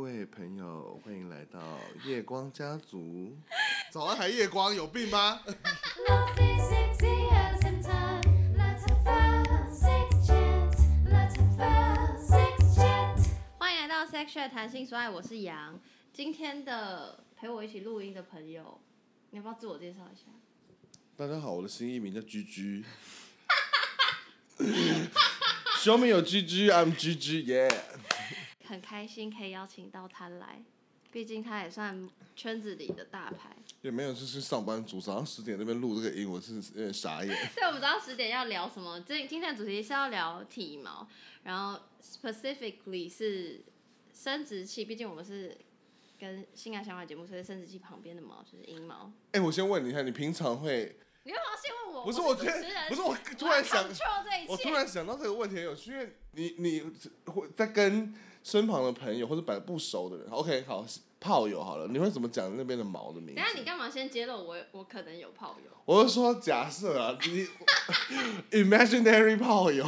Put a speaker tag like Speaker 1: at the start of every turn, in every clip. Speaker 1: 位朋友，欢迎来到夜光家族。
Speaker 2: 早安还夜光，有病吗？
Speaker 3: Love is sexy as in time. Let's have a sex chat. Let's have a sex chat.
Speaker 4: 欢迎来到 Sex Chat 谈性说爱，我是杨。今天的陪我一起录音的朋友，你要不要自我介绍一下？
Speaker 1: 大家好，我的新艺名叫居居。Show me your GG，I'm GG，yeah。
Speaker 4: 很开心可以邀请到他来，毕竟他也算圈子里的大牌。
Speaker 1: 也没有，就是上班族早上十点那边录这个音，我是有点傻眼。
Speaker 4: 对，我们早上十点要聊什么？今今天的主题是要聊体毛，然后 specifically 是生殖器，毕竟我们是跟性爱相关的节目，所以生殖器旁边的毛就是阴毛。
Speaker 1: 哎、我先问你一下，你平常会？
Speaker 4: 你干嘛要先问我？
Speaker 1: 不是
Speaker 4: 我
Speaker 1: 我觉得
Speaker 4: 主持人
Speaker 1: 不是我突
Speaker 4: 要
Speaker 1: 然想
Speaker 4: control 这一切
Speaker 1: 我突然想到这个问题很有趣，因为你你会在跟身旁的朋友或者本来不熟的人，OK，好炮友好了，你会怎么讲那边的毛的名字
Speaker 4: 等一？下你干嘛先揭露我？我可能有炮友。
Speaker 1: 我是说假设啊，你 imaginary 炮友，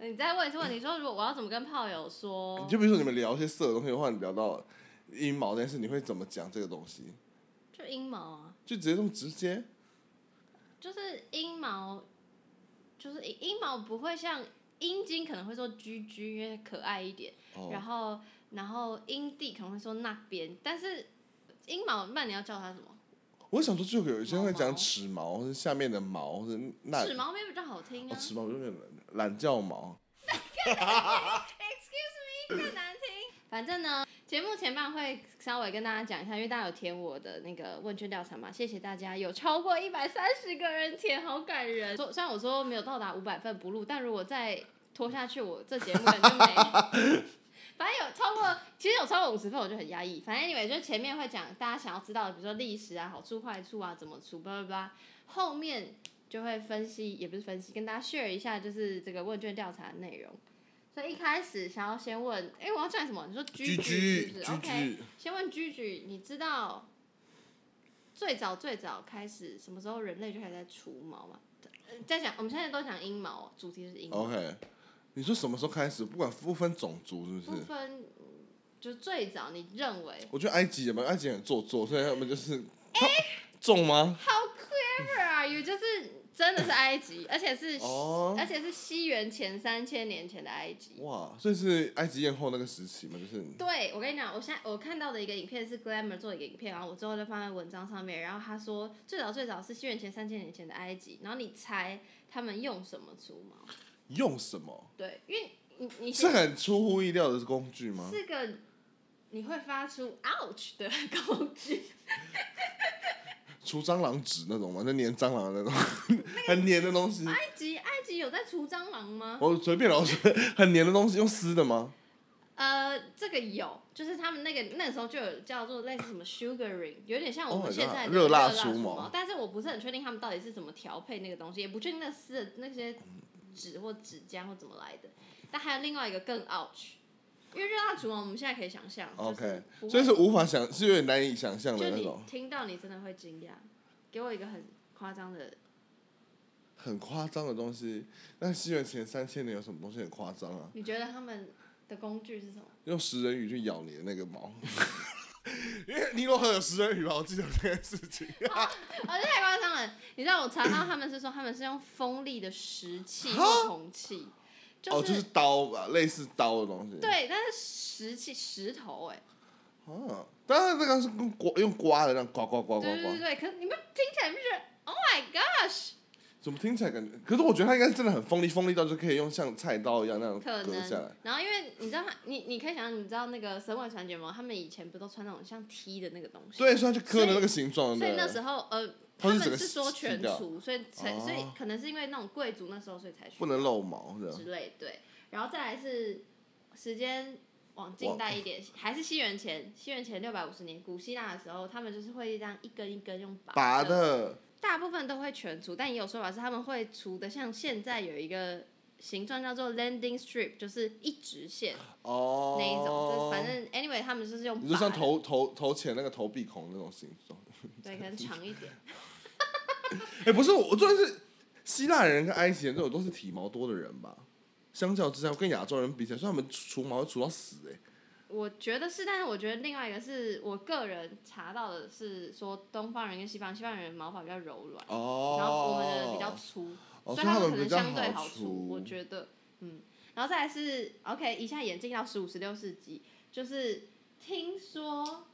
Speaker 4: 你再问一次问题，说如果我要怎么跟炮友说
Speaker 1: 你？就比如说你们聊一些色的东西的话，你聊到阴毛这件事，你会怎么讲这个东西？
Speaker 4: 就阴毛啊，
Speaker 1: 就直接这么直接？
Speaker 4: 就是阴毛，就是阴阴毛不会像阴茎可能会说居居，因为可爱一点。
Speaker 1: 哦
Speaker 4: 然后然后阴蒂可能会说那边，但是阴毛那你要叫它什么？
Speaker 1: 我想说，就有些人会
Speaker 4: 毛
Speaker 1: 讲
Speaker 4: 毛
Speaker 1: 齿毛，或者下面的毛，或者那
Speaker 4: 齿毛没比较好听
Speaker 1: 哦
Speaker 4: 啊。
Speaker 1: 齿毛有点懒懒觉毛。
Speaker 4: Excuse me，更难听。反正呢，节目前半会稍微跟大家讲一下，因为大家有填我的那个问卷调查嘛，谢谢大家，有超过一百三十个人填，好感人。说虽然我说没有到达五百份不录，但如果再拖下去，我这节目可能 就没。反正有超过，其实有超过五十份，我就很压抑。反正 anyway，就前面会讲大家想要知道的，比如说历史啊、好处坏处啊、怎么处，巴拉巴拉。后面就会分析，也不是分析，跟大家 share 一下，就是这个问卷调查的内容。所以一开始想要先问，哎、我要讲什么？你说居居是不是
Speaker 1: 居
Speaker 4: o
Speaker 1: 居
Speaker 4: k 先问居居，你知道最早最早开始什么时候人类就开始在除毛吗？呃在讲，我们现在都讲阴毛，主题是阴毛，
Speaker 1: OK，你说什么时候开始？不管不分种族是
Speaker 4: 不
Speaker 1: 不是？
Speaker 4: 分，嗯就最早你认为
Speaker 1: 我觉得埃及有没有？埃及很做作，所以他们就是
Speaker 4: 哎
Speaker 1: 他重吗？
Speaker 4: How clever are 啊 you？就是真的是埃及，而且是、
Speaker 1: 哦
Speaker 4: 而，且是西元前三千年前的埃及。
Speaker 1: 哇，所以是埃及艳后那个时期嘛，就是
Speaker 4: 对，我跟你讲，我现在我看到的一个影片是 Glamour 做的一个影片，然后我之后就放在文章上面。然后他说，最早最早是西元前三千年前的埃及，然后你猜他们用什么除毛？
Speaker 1: 用什么？
Speaker 4: 对，因为你你
Speaker 1: 是很出乎意料的工具吗？
Speaker 4: 是个你会发出 ouch 的工具，
Speaker 1: 除蟑螂纸那种吗？那粘蟑螂的那种， 很粘的东西。
Speaker 4: 埃及埃及有在除蟑螂吗？
Speaker 1: 我随便老师，很粘的东西用撕的吗？
Speaker 4: 呃，这个有，就是他们那个那时候就有叫做类似什么 sugaring，有点像我
Speaker 1: Oh my
Speaker 4: 们现在
Speaker 1: God，
Speaker 4: 的
Speaker 1: 热辣
Speaker 4: 辣
Speaker 1: 除
Speaker 4: 除
Speaker 1: 毛
Speaker 4: 毛，但是我不是很确定他们到底是怎么调配那个东西，也不确定那丝的那些纸或纸浆或怎么来的。但还有另外一个更 ouch，因为热辣除毛我们现在可以想象
Speaker 1: OK，
Speaker 4: 就是不会
Speaker 1: 所以是无法想，是有点难以想象的
Speaker 4: 就
Speaker 1: 那
Speaker 4: 你
Speaker 1: 种，
Speaker 4: 听到你真的会惊讶，给我一个很夸张的，
Speaker 1: 很夸张的东西。那西元前三千年有什么东西很夸张啊？
Speaker 4: 你觉得他们的工具是什么？
Speaker 1: 用食人鱼去咬你的那个毛， 因为尼罗河有食人鱼嘛，我记得有这件事 情。
Speaker 4: 哦，这太夸张了！你知道我查到他们是说他们是用锋利的石器或铜器，就是,、
Speaker 1: 哦，就是刀吧，类似刀的东西。
Speaker 4: 对，但是石器石头哎、
Speaker 1: 啊，当然这个是用刮用刮的，这样刮刮刮刮
Speaker 4: 对对对
Speaker 1: 刮，
Speaker 4: 对，可是你们听起来不是？Oh my gosh！
Speaker 1: 怎么听起来感觉？可是我觉得它应该是真的很锋利，锋利到就可以用像菜刀一样那样
Speaker 4: 可
Speaker 1: 割下来
Speaker 4: 能。，然后因为你知道他，你你可以想象，你知道那个神尾传觉吗？他们以前不都穿那种像 T 的那个东西？
Speaker 1: 对，所以它就刻了那个形状，
Speaker 4: 所
Speaker 1: 对
Speaker 4: 以
Speaker 1: 不
Speaker 4: 那
Speaker 1: 对
Speaker 4: 时候呃，
Speaker 1: 它
Speaker 4: 他
Speaker 1: 是
Speaker 4: 们
Speaker 1: 整个
Speaker 4: 是说
Speaker 1: 去
Speaker 4: 全
Speaker 1: 掉
Speaker 4: 除，所以才、所以
Speaker 1: 哦
Speaker 4: 可能是因为那种贵族那时候所以才学
Speaker 1: 不能露毛的
Speaker 4: 之。类，对。然后再来是时间往近代一点，还是西元前，西元前六百五十年，古希腊的时候，他们就是会这样一根一根用拔
Speaker 1: 拔，的，
Speaker 4: 大部分都会全除，但也有说法是他们会除的，像现在有一个形状叫做 landing strip，就是一直线
Speaker 1: 哦，
Speaker 4: 那一种，就是反正 anyway 他们就是用
Speaker 1: 你就像
Speaker 4: 拔的
Speaker 1: 头头头前那个头鼻孔那种形状。
Speaker 4: 对，可能长一点，
Speaker 1: 哎、不是，我我重点是希腊人跟埃及人这种都是体毛多的人吧？相较之下，跟亚洲人比起来，所以他们除毛会除到死哎、
Speaker 4: 我觉得是，但是我觉得另外一个是我个人查到的是说东方人跟西方人西方人毛发比较柔软，
Speaker 1: 哦，
Speaker 4: 然后我们的比较粗，
Speaker 1: 哦，
Speaker 4: 所
Speaker 1: 所以
Speaker 4: 以他
Speaker 1: 他们
Speaker 4: 们可
Speaker 1: 比
Speaker 4: 能
Speaker 1: 较
Speaker 4: 相对好
Speaker 1: 出，
Speaker 4: 我觉得，嗯，然后再来是 OK，一下眼镜到十五、十六世纪，就是听说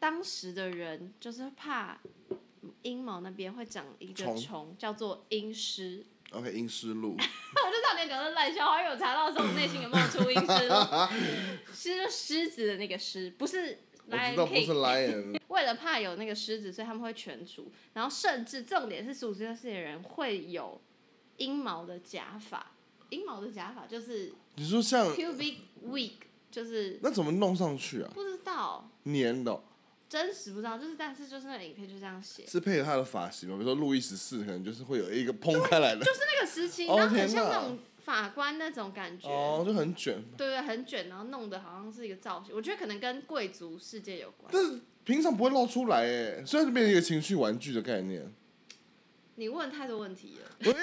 Speaker 4: 当时的人就是怕阴毛那边会长一个
Speaker 1: 虫
Speaker 4: 虫，叫做阴虱。
Speaker 1: OK，阴湿 路，
Speaker 4: 我 就差点讲的烂笑话，因为我查到的时候，我内心有冒出阴虱路， 狮就狮子的那个狮，不是
Speaker 1: 我知道
Speaker 4: Lion
Speaker 1: 不是
Speaker 4: King。
Speaker 1: lion，
Speaker 4: 为了怕有那个狮子，所以他们会全除，然后甚至重点是十五岁的人会有阴毛的假发，阴毛的假发就是
Speaker 1: 你说像
Speaker 4: pubic wig，就是
Speaker 1: 那怎么弄上去啊？
Speaker 4: 不知道
Speaker 1: 粘的哦、
Speaker 4: 真实不知道，就是但是就是那个影片就这样写，
Speaker 1: 是配合他的发型吗？比如说路易十四，可能就是会有一个蓬开来的，
Speaker 4: 就是那个时期，
Speaker 1: 哦
Speaker 4: 然后很
Speaker 1: 天
Speaker 4: 像
Speaker 1: 哪
Speaker 4: 那种法官那种感觉，
Speaker 1: 哦，就很卷。
Speaker 4: 对对，很卷，然后弄得好像是一个造型，我觉得可能跟贵族世界有关。
Speaker 1: 但是平常不会露出来哎，虽然是变成一个情绪玩具的概念，
Speaker 4: 你问太多问题了，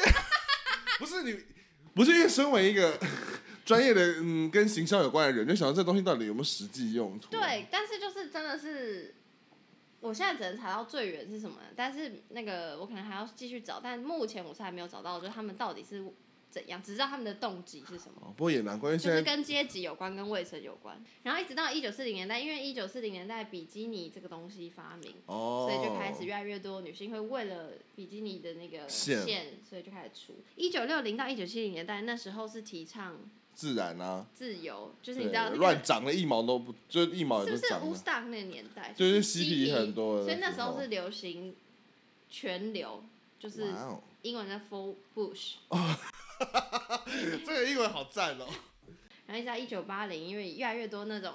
Speaker 1: 不是你，不是因为身为一个 专业的嗯跟形象有关的人，就想到这东西到底有没有实际用途？，啊
Speaker 4: 对，但是就是真的是，我现在只能查到最远是什么，但是那个我可能还要继续找，但目前我是还没有找到，就是他们到底是怎样，只知道他们的动机是什么。
Speaker 1: 哦，不过也难怪，因为
Speaker 4: 就
Speaker 1: 现
Speaker 4: 是
Speaker 1: 在
Speaker 4: 跟阶级有关，跟卫生有关，然后一直到一九四零年代，因为一九四零年代比基尼这个东西发明，
Speaker 1: 哦，
Speaker 4: 所以就开始越来越多女性会为了比基尼的那个
Speaker 1: 线
Speaker 4: 所以就开始出。一九六零到一九七零年代，那时候是提倡
Speaker 1: 自然啊，
Speaker 4: 自由，就是
Speaker 1: 对，
Speaker 4: 你知道那
Speaker 1: 乱
Speaker 4: 个
Speaker 1: 长了一毛都不，就一毛也
Speaker 4: 是不是
Speaker 1: 长
Speaker 4: 乌
Speaker 1: 了
Speaker 4: 斯，达那个年代？
Speaker 1: 对
Speaker 4: 就是
Speaker 1: 嬉皮很多的
Speaker 4: 所以那时
Speaker 1: 时候
Speaker 4: 候是流行全流，就是
Speaker 1: 哇哦，
Speaker 4: 英文的 full bush。
Speaker 1: 这个英文好赞 哦，
Speaker 4: 然后一直到一九八零，因为越来越多那种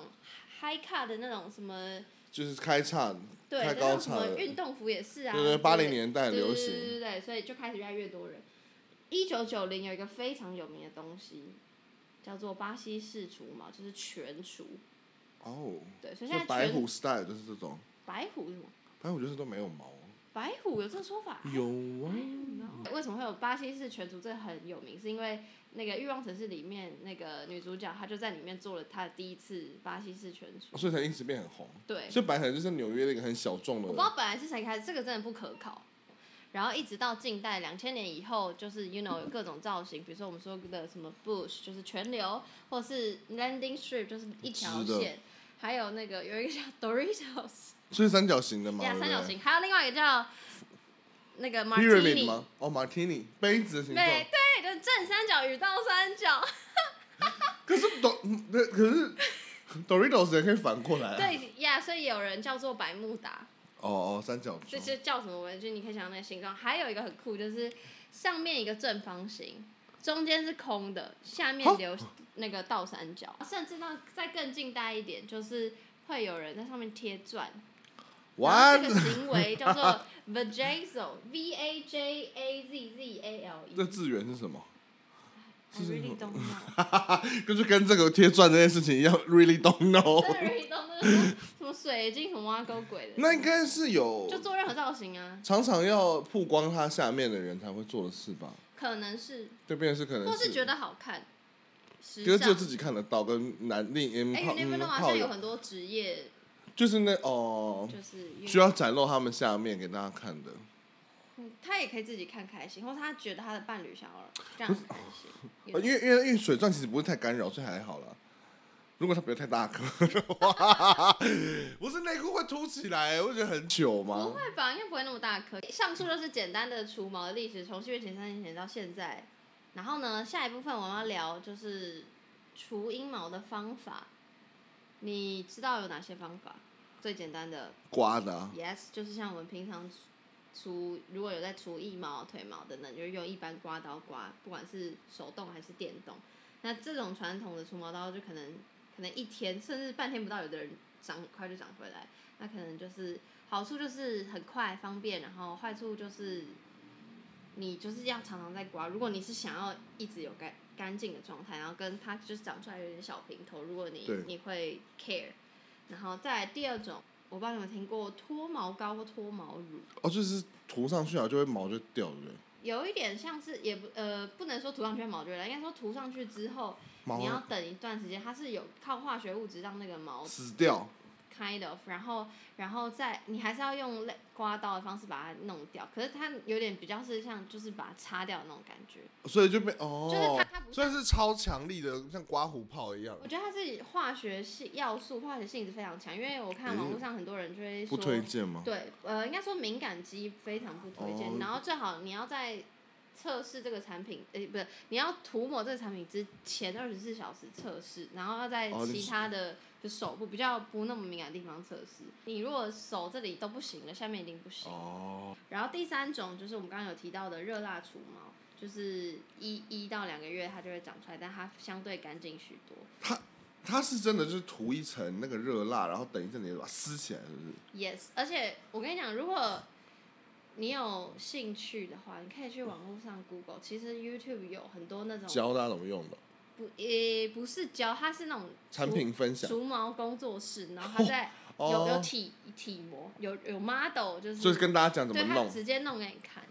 Speaker 4: high cut 的那种什么，
Speaker 1: 就是开叉，
Speaker 4: 对，
Speaker 1: 开
Speaker 4: 那
Speaker 1: 高
Speaker 4: 种什
Speaker 1: 叉
Speaker 4: 么
Speaker 1: 的，
Speaker 4: 运动服也是啊，
Speaker 1: 对对，
Speaker 4: 之
Speaker 1: 八
Speaker 4: 类
Speaker 1: 零
Speaker 4: 的
Speaker 1: 年代
Speaker 4: 对
Speaker 1: 流
Speaker 4: 对对
Speaker 1: 行
Speaker 4: 对对，所以就开始越来越多人。一九九零有一个非常有名的东西，叫做巴西式除毛，就是全除。
Speaker 1: 哦，
Speaker 4: 对，所以现
Speaker 1: 就
Speaker 4: 在
Speaker 1: 白
Speaker 4: 全
Speaker 1: 虎 style 就是这种，
Speaker 4: 白虎是什么？
Speaker 1: 白虎就是都没有毛，啊
Speaker 4: 白虎有这个说法？
Speaker 1: 有啊，
Speaker 4: 为什么会有巴西式全除？这很有名，是因为那个《欲望城市》里面那个女主角，她就在里面做了她的第一次巴西式全除。
Speaker 1: 哦所以才因此变很红，
Speaker 4: 对，
Speaker 1: 所以白虎就是纽约的一个很小众
Speaker 4: 我
Speaker 1: 的
Speaker 4: 不知，道本来是谁开始，这个真的不可考。然后一直到近代两千年以后，就是 you know 有各种造型，比如说我们说的什么 bush 就是全流，或是 landing strip 就是一条
Speaker 1: 直的
Speaker 4: 线，还有那个有一个叫 Doritos
Speaker 1: 所以三角形的嘛，
Speaker 4: 呀
Speaker 1: 对不
Speaker 4: 三
Speaker 1: 对
Speaker 4: 角形，还有另外一个叫那个
Speaker 1: pyramid
Speaker 4: martini，
Speaker 1: 吗？哦，martini 杯子的形状
Speaker 4: 对，对，就是正三角与倒三角。
Speaker 1: 可是 d 可可是 Doritos 也可以反过来、啊，，
Speaker 4: 对呀所以有人叫做百慕达，
Speaker 1: 哦哦，三角
Speaker 4: 这
Speaker 1: 洲，
Speaker 4: 些叫什么文具？你可以想到那个形状。还有一个很酷，就是上面一个正方形，中间是空的，下面
Speaker 1: 哈
Speaker 4: 留那个倒三角。甚至到再更近代一点，就是会有人在上面贴钻。
Speaker 1: 哇
Speaker 4: 然后这个行为叫做 vajazzle，v a j a z z a l
Speaker 1: 这
Speaker 4: e。
Speaker 1: 字源是什么？
Speaker 4: I really don't know。
Speaker 1: 跟 就跟这个贴钻这件事情一样，really don't
Speaker 4: 真
Speaker 1: know。
Speaker 4: 的 really don't know 什么水晶、什么挖沟鬼的，
Speaker 1: 那应该是有
Speaker 4: 就做任何造型啊，
Speaker 1: 常常要曝光它下面的人才会做的事吧？
Speaker 4: 可能是
Speaker 1: 就变成是可能
Speaker 4: 或是觉
Speaker 1: 得，
Speaker 4: 得好看，时
Speaker 1: 觉得只有
Speaker 4: 尚。
Speaker 1: 自己看得到，跟男另嗯
Speaker 4: 哎、
Speaker 1: 炮
Speaker 4: y o u never
Speaker 1: 嗯
Speaker 4: know 啊，现
Speaker 1: 炮
Speaker 4: 在有
Speaker 1: 友，
Speaker 4: 很多职业
Speaker 1: 就是那哦，
Speaker 4: 就是
Speaker 1: 需要展露他们下面给大家看的。
Speaker 4: 嗯他也可以自己看开心，或者他觉得他的伴侣想要让他开心。
Speaker 1: 呃因为因为因为水钻其实不会太干扰，所以还好啦。如果它不要太大颗的话， 不是内裤会凸起来，我觉得很久
Speaker 4: 不
Speaker 1: 吗？
Speaker 4: 会吧？应该不会那么大颗。上述就是简单的除毛的历史，从西元前三千年到现在。然后呢，下一部分我们要聊就是除阴毛的方法。你知道有哪些方法？最简单的
Speaker 1: 刮的、啊，
Speaker 4: Yes，就是像我们平常除如果有在除腋毛、腿毛等等，就是用一般刮刀刮，不管是手动还是电动。那这种传统的除毛刀就可能可能一天甚至半天不到，有的人长很快就长回来。那可能就是好处就是很快方便，然后坏处就是你就是要常常在刮。如果你是想要一直有干干净的状态，然后跟它就是长出来有点小平头，如果你
Speaker 1: 对
Speaker 4: 你会 care，然后再来第二种，我不知道你有没有听过脱毛膏或脱毛乳。
Speaker 1: 哦，就是涂上去啊，就会毛就掉，对不对？
Speaker 4: 有一点像是也不呃不能说涂上去毛就会来，应该说涂上去之后，
Speaker 1: 毛
Speaker 4: 你要等一段时间，它是有靠化学物质让那个毛
Speaker 1: 死掉，
Speaker 4: kind of，然后然后再你还是要用类刮刀的方式把它弄掉，可是它有点比较是像就是把它擦掉的那种感觉，
Speaker 1: 所以就变
Speaker 4: 就是
Speaker 1: 哦
Speaker 4: 它，它不是
Speaker 1: 虽然是超强力的，像刮胡泡一样，
Speaker 4: 我觉得它是化学性要素，化学性质非常强，因为我看网络上很多人就会
Speaker 1: 不
Speaker 4: 说，
Speaker 1: 推荐吗？
Speaker 4: 对，呃，应该说敏感肌非常不推荐，
Speaker 1: 哦
Speaker 4: 然后最好你要在测试这个产品，诶、不是，你要涂抹这个产品之前二十四小时测试，然后要在
Speaker 1: 哦你
Speaker 4: 其
Speaker 1: 是
Speaker 4: 他的就手部比较不那么敏感的地方测试，你如果手这里都不行了，下面一定不行。
Speaker 1: 哦，
Speaker 4: 然后第三种就是我们刚刚有提到的热蜡除毛，就是一一到两个月它就会长出来，但它相对干净许多。
Speaker 1: 它是真的就是涂一层那个热蜡，然后等一阵子把它撕起来，是不是？
Speaker 4: Yes，而且我跟你讲，如果你有兴趣的话，你可以去网络上 Google，其实 YouTube 有很多那种
Speaker 1: 教大家怎么用的，
Speaker 4: 不也不是教，它是那种
Speaker 1: 产品分享，
Speaker 4: 除毛工作室，然后它在有、有
Speaker 1: 哦，
Speaker 4: 体体模，有有 model，就是
Speaker 1: 就是跟大家讲怎
Speaker 4: 对
Speaker 1: 么
Speaker 4: 它
Speaker 1: 弄
Speaker 4: 直接弄给你看，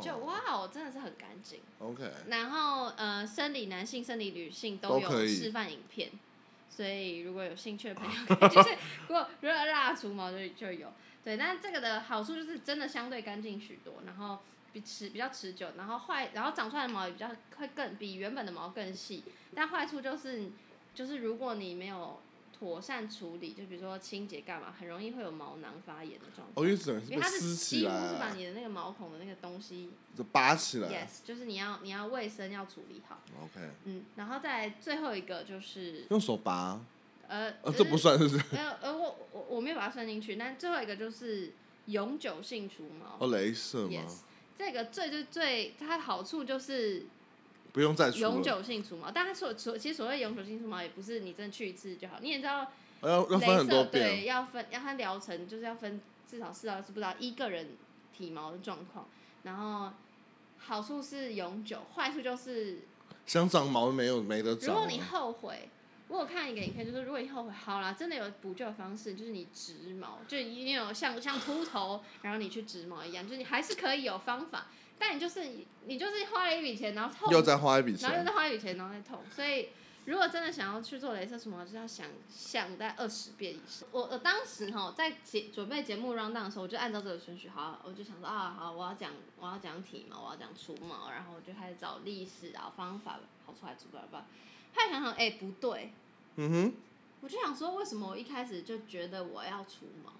Speaker 4: 就
Speaker 1: 哦
Speaker 4: 哇哦，真的是很干净。
Speaker 1: ，OK，
Speaker 4: 然后呃，生理男性、生理女性
Speaker 1: 都可
Speaker 4: 有
Speaker 1: 以
Speaker 4: 示范影片，所以如果有兴趣的朋友， 可以就是如果如果蜡除毛就就有。对，但这个的好处就是真的相对干净许多，然后比持比较持久，然后坏，然后长出来的毛也比较会更比原本的毛更细。但坏处就是就是如果你没有妥善处理，就比如说清洁干嘛，很容易会有毛囊发炎的状
Speaker 1: 哦，
Speaker 4: 况。
Speaker 1: 因为整个是
Speaker 4: 因
Speaker 1: 被
Speaker 4: 为它
Speaker 1: 撕
Speaker 4: 是
Speaker 1: 起
Speaker 4: 几乎是把
Speaker 1: 来，
Speaker 4: 你的那个毛孔的那个东西
Speaker 1: 就拔起来
Speaker 4: ，yes，就是你要你要卫生要处理好。
Speaker 1: ，OK，
Speaker 4: 嗯，然后再来最后一个就是
Speaker 1: 用手拔，
Speaker 4: 呃，
Speaker 1: 呃，这不算是不是？
Speaker 4: 呃呃，我我我没有把它算进去，但最后一个就是永久性除毛。
Speaker 1: 哦，镭射吗
Speaker 4: yes，这个最最最它的好处就是
Speaker 1: 不用再除
Speaker 4: 永
Speaker 1: 了，
Speaker 4: 久性除毛，但它所所其实所谓永久性除毛也不是你真的去一次就好，你也知道
Speaker 1: 哦要要
Speaker 4: 镭
Speaker 1: 分很多
Speaker 4: 射
Speaker 1: 遍，哦
Speaker 4: 对要分要它疗程就是要分至少四到是不知道一个人体毛的状况，然后好处是永久，坏处就是
Speaker 1: 想长毛没有没得
Speaker 4: 如
Speaker 1: 长
Speaker 4: 果
Speaker 1: 啊，
Speaker 4: 你后悔，我有看一个影片，就是如果你后悔，好啦，真的有补救的方式，就是你植毛，就你有像像秃头，然后你去植毛一样，就是你还是可以有方法，但你就是你就是花了一笔钱，然后痛，
Speaker 1: 又再花一笔
Speaker 4: 然后
Speaker 1: 钱
Speaker 4: 又再，花一笔钱，然后再痛，所以。如果真的想要去做镭射除毛，就是要想想在二十遍以上。我我当时哈在节准备节目 round down 的时候，我就按照这个顺序，好，我就想说啊，好，我要讲我要讲体毛，我要讲除毛，然后我就开始找历史啊方法，好出来除吧吧。后来想想，哎、不对，
Speaker 1: 嗯哼，
Speaker 4: 我就想说，为什么我一开始就觉得我要除毛？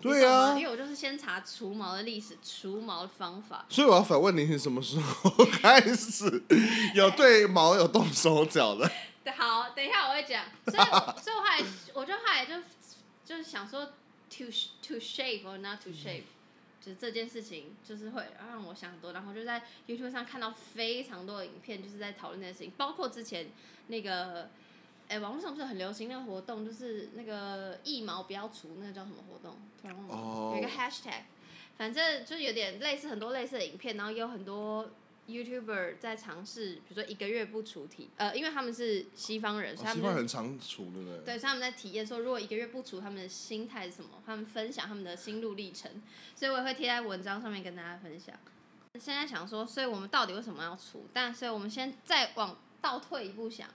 Speaker 1: 对啊
Speaker 4: 你懂吗因为我就是先查除毛的历史、除毛的方法。
Speaker 1: 所以我要反问你，是什么时候开始有对毛有动手脚的？
Speaker 4: 对，好，等一下我会讲。所以我，所以我后来，我就后来就就是想说，to to shave or not to shave，、就是这件事情，就是会让我想很多。然后就在 YouTube 上看到非常多的影片，就是在讨论这件事情，包括之前那个。哎、网络上不是很流行那个活动，就是那个一毛不要除，那个叫什么活动？突然忘了
Speaker 1: 哦
Speaker 4: 有一个 hashtag，反正就有点类似很多类似的影片，然后也有很多 YouTuber 在尝试，比如说一个月不除体，呃，因为他们是哦西方人，所以他
Speaker 1: 习
Speaker 4: 们
Speaker 1: 惯
Speaker 4: 就
Speaker 1: 很常除，对不对？
Speaker 4: 对，所以他们在体验说，如果一个月不除，他们的心态是什么？他们分享他们的心路历程，所以我也会贴在文章上面跟大家分享。现在想说，所以我们到底为什么要除？但所以我们先再往倒退一步想，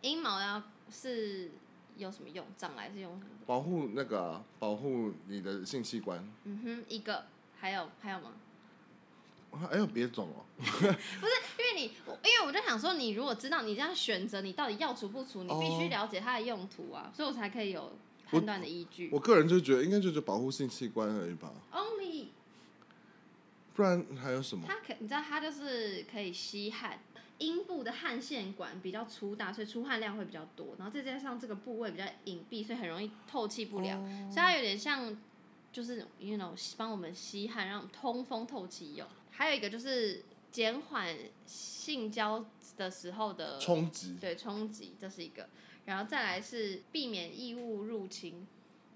Speaker 4: 阴毛要是有什么用？长来是用什么？
Speaker 1: 保护那个啊、保护你的性器官。
Speaker 4: 嗯哼，一个，还有还有吗？
Speaker 1: 还有别种哦，
Speaker 4: 因为你，我因为我就想说，你如果知道你这样选择，你到底要除不除，你必须
Speaker 1: 哦
Speaker 4: 了解它的用途啊，所以我才可以有判断的依据。
Speaker 1: 我个人就觉得应该就是保护性器官而已吧，
Speaker 4: Only
Speaker 1: 不然还有什么？
Speaker 4: 它可，你知道它就是可以吸汗，阴部的汗腺管比较粗大，所以出汗量会比较多，然后再加上这个部位比较隐蔽，所以很容易透气不了，
Speaker 1: 哦
Speaker 4: 所以它有点像就是 you know 帮我们吸汗，让我们通风透气用。还有一个就是减缓性交的时候的
Speaker 1: 冲击，
Speaker 4: 对冲击，这是一个。然后再来是避免异物入侵，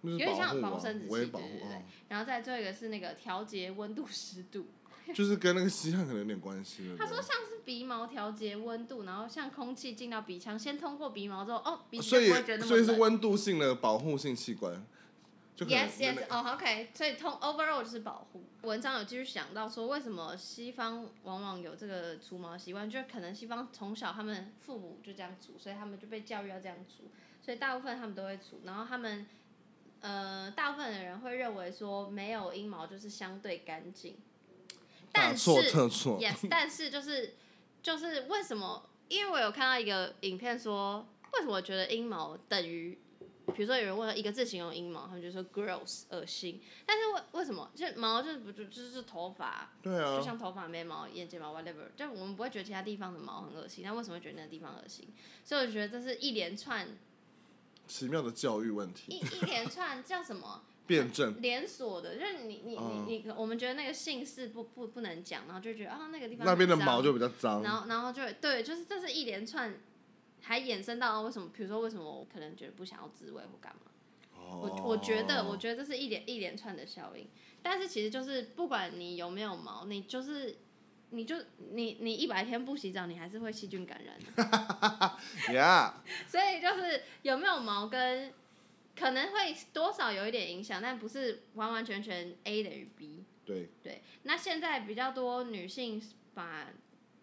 Speaker 1: 那是
Speaker 4: 有点像
Speaker 1: 保护啊
Speaker 4: 防身子，
Speaker 1: 我也
Speaker 4: 器，
Speaker 1: 保
Speaker 4: 对
Speaker 1: 护
Speaker 4: 对对
Speaker 1: 啊。，
Speaker 4: 然后再最后一个是那个调节温度湿度，
Speaker 1: 哦就是跟那个吸汗可能有点关系了。
Speaker 4: 他说像是鼻毛调节温度，然后像空气进到鼻腔，先通过鼻毛之后，哦，鼻
Speaker 1: 对
Speaker 4: 子
Speaker 1: 所
Speaker 4: 就
Speaker 1: 以
Speaker 4: 不会觉得那
Speaker 1: 所以
Speaker 4: 么
Speaker 1: 是
Speaker 4: 冷。
Speaker 1: 温度性的保护性器官，就可能
Speaker 4: Yes, yes. 哦、o k 所以通 overall 就是保护。文章有继续想到说，为什么西方往往有这个除毛习惯，就是可能西方从小他们父母就这样除，所以他们就被教育要这样除，所以大部分他们都会除。然后他们，呃，大部分的人会认为说，没有阴毛就是相对干净。但
Speaker 1: 大
Speaker 4: 是
Speaker 1: 错特错，
Speaker 4: yes，但是就是就是为什么？因为我有看到一个影片说，为什么我觉得阴毛等于，比如说有人问一个字形容阴毛，他们就说 gross 恶心，但是为为什么就毛就不就就是头发，
Speaker 1: 对
Speaker 4: 就
Speaker 1: 啊，
Speaker 4: 像头发、眉毛、眼睫毛 whatever，就我们不会觉得其他地方的毛很恶心，但为什么会觉得那个地方恶心？所以我觉得这是一连串
Speaker 1: 奇妙的教育问
Speaker 4: 一
Speaker 1: 题，
Speaker 4: 一连串叫什么？
Speaker 1: 辩证
Speaker 4: 连锁的，就是你你
Speaker 1: 嗯
Speaker 4: 你你，我们觉得那个姓氏不不不能讲，然后就觉得啊那个地方
Speaker 1: 那边的
Speaker 4: 很脏
Speaker 1: 毛就比较脏，
Speaker 4: 然后然后就对，就是这是一连串，还衍生到为什么，比如说为什么我可能觉得不想要自慰或干嘛，我我觉得
Speaker 1: 哦
Speaker 4: 我觉得这是一连一连串的效应，但是其实就是不管你有没有毛，你就是。你就你你一百天不洗澡，你还是会细菌感染的。
Speaker 1: 得呀，
Speaker 4: 所以就是有没有毛跟可能会多少有一点影响，但不是完完全全 A 等于 B。
Speaker 1: 对，
Speaker 4: 对，那现在比较多女性把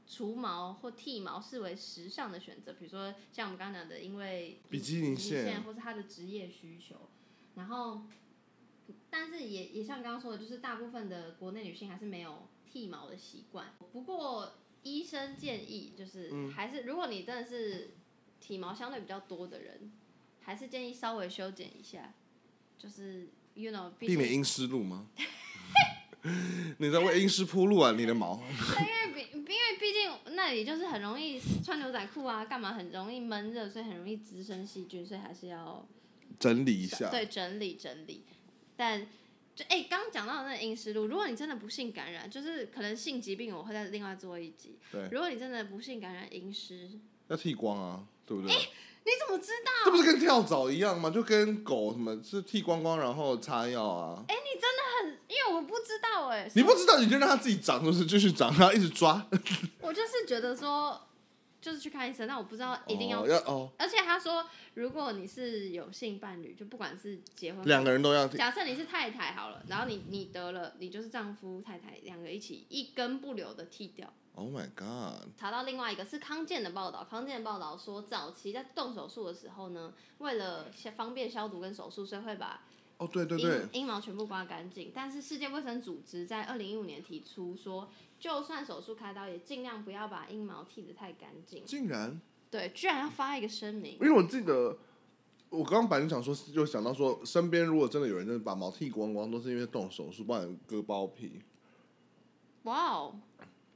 Speaker 4: 除毛或剃毛视为时尚的选择，比如说像我们刚刚讲的，因为
Speaker 1: 比基尼线
Speaker 4: 线或是她的职业需求，然后，但是也也像刚刚说的，就是大部分的国内女性还是没有剃毛的习惯。不过医生建议就是
Speaker 1: 嗯
Speaker 4: 还是、如果你真的是体毛相对比较多的人，还是建议稍微修剪一下，就是 you know 毕
Speaker 1: 避免
Speaker 4: 竟
Speaker 1: 阴湿路吗？ 你在为阴湿铺路啊，你的毛，
Speaker 4: 因为毕因为毕竟那里就是很容易穿牛仔裤啊，干嘛很容易闷热，所以很容易滋生细菌，所以还是要
Speaker 1: 整理一下，
Speaker 4: 对整理整理。但就哎，刚、刚讲到那个阴湿路，如果你真的不幸感染，就是可能性疾病，我会再另外做一集。
Speaker 1: 对
Speaker 4: 如果你真的不幸感染阴湿，你
Speaker 1: 要剃光啊，对不对？
Speaker 4: 哎怎么知道？
Speaker 1: 这不是跟跳蚤一样吗？就跟狗什么是剃光光然后擦药啊？
Speaker 4: 哎因为我不知道哎、
Speaker 1: 你不知道你就让它自己长，就是继续长，然后一直抓，
Speaker 4: 我就是觉得说，就是去看医生，但我不知道一定要。
Speaker 1: 哦要哦，
Speaker 4: 而且他说，如果你是有性伴侣，就不管是结婚
Speaker 1: 两个人都要剃，
Speaker 4: 假设你是太太好了，然后你你得了，你就是丈夫太太两个一起一根不留的剃掉。
Speaker 1: Oh my god！
Speaker 4: 查到另外一个是康健的报道，康健的报道说，早期在动手术的时候呢，为了消方便消毒跟手术，所以会把
Speaker 1: 哦，对对对
Speaker 4: 阴，阴毛全部刮干净。但是世界卫生组织在二零一五年提出说，就算手术开刀，也尽量不要把阴毛剃得太干净。
Speaker 1: 竟然，
Speaker 4: 对，居然要发一个声明
Speaker 1: 因。为我记得我刚刚本来想说，就想到说，身边如果真的有人真的把毛剃光光，都是因为动手术，不然割包皮。
Speaker 4: 哇哦！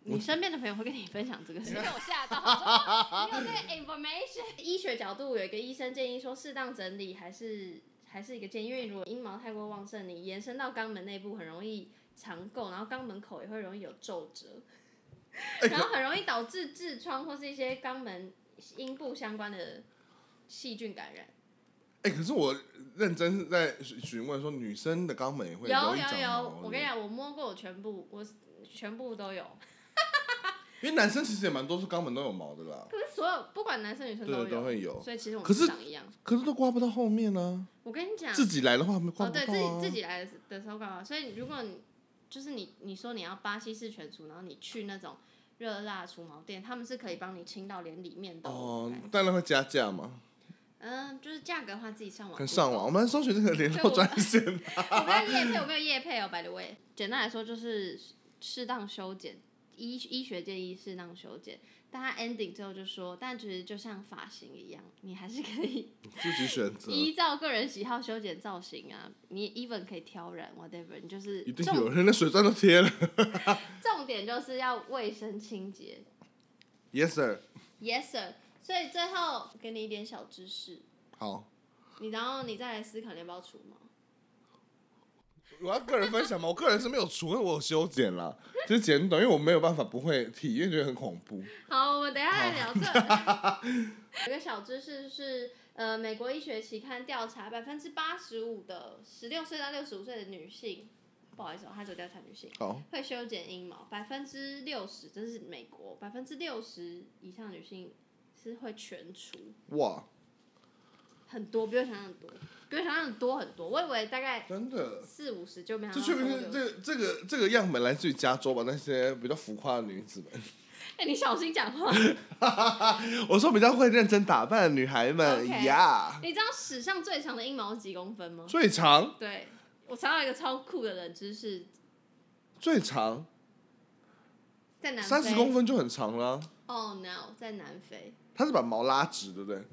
Speaker 4: 你身边的朋友会跟你分享这个事，因为我吓到，我 说你有这个 information。医学角度有一个医生建议说，适当整理还是还是一个建议，因为如果阴毛太过旺盛，你延伸到肛门内部很容易长垢，然后肛门口也会容易有皱褶，
Speaker 1: 哎
Speaker 4: 然后很容易导致痔疮或是一些肛门阴部相关的细菌感染。
Speaker 1: 哎、可是我认真是在询询问说，女生的肛门也会
Speaker 4: 有
Speaker 1: 容易
Speaker 4: 有
Speaker 1: 长
Speaker 4: 有
Speaker 1: 毛，
Speaker 4: 我跟你，讲，我摸过我全部，我全部都有。
Speaker 1: 因为男生其实也蛮多是肛门都有毛的啦，
Speaker 4: 可是所有不管男生女生
Speaker 1: 对
Speaker 4: 都
Speaker 1: 的，都
Speaker 4: 有，
Speaker 1: 会有，
Speaker 4: 所以其实我
Speaker 1: 哦可
Speaker 4: 们
Speaker 1: 是
Speaker 4: 长一样。
Speaker 1: 可是都刮不到后面呢、
Speaker 4: 我跟你讲，
Speaker 1: 自己来的话没刮
Speaker 4: 哦，
Speaker 1: 不到、
Speaker 4: 对
Speaker 1: 啊
Speaker 4: 自己自己来的时的时候干嘛？所以如果你就是你你说你要巴西式全除，然后你去那种热辣除毛店，他们是可以帮你清到连里面都
Speaker 1: 哦
Speaker 4: 干净。，
Speaker 1: 当然会加价嘛，
Speaker 4: 嗯，就是价格的话自己上网。
Speaker 1: 跟上网，我们来搜寻这个联络专线。
Speaker 4: 我没有夜配，我没有夜配哦，by the way。简单来说就是适当修剪，医医学建议适当修剪。但他 ending 之后就说，但其实就像发型一样，你还是可以
Speaker 1: 自己选择，
Speaker 4: 依照个人喜好修剪造型啊。你 even 可以挑染 whatever，你就是
Speaker 1: 一定
Speaker 4: 重
Speaker 1: 有人的水钻都贴了。
Speaker 4: 重点就是要卫生清洁。
Speaker 1: Yes sir，
Speaker 4: Yes sir。所以最后给你一点小知识，
Speaker 1: 好，
Speaker 4: 你然后你再来思考你要不要除毛。
Speaker 1: 我要个人分享嘛，我个人是没有除，因为我有修剪啦， 就是剪短，因为我没有办法不会体验，觉得很恐怖。
Speaker 4: 好，我们等一下来聊这。 有一个小知识是，呃，美国医学期刊调查百分之八十五的十六岁到六十五岁的女性，不好意思、哦，它只有调查女性。
Speaker 1: 好，
Speaker 4: 会修剪阴毛，百分之六十，这是美国，百分之六十以上女性是会全除，
Speaker 1: 哇，
Speaker 4: 很多，比我想象的多，比我想象的多很多。我以为大概
Speaker 1: 真的。
Speaker 4: 四五十就没想
Speaker 1: 这
Speaker 4: 到
Speaker 1: 确
Speaker 4: 么
Speaker 1: 实是
Speaker 4: 多
Speaker 1: 这个这个这个样本来自于加州吧？那些比较浮夸的女子们，
Speaker 4: 哎、你小心讲话。
Speaker 1: 我说比较会认真打扮的女孩们
Speaker 4: OK
Speaker 1: 呀。
Speaker 4: 你知道史上最长的阴毛几公分吗？
Speaker 1: 最长
Speaker 4: 对，我查到一个超酷的冷知识，
Speaker 1: 最长
Speaker 4: 在南非。
Speaker 1: 三十公。分就很长了啊、
Speaker 4: Oh no，在南非，
Speaker 1: 它是把毛拉直，对不对？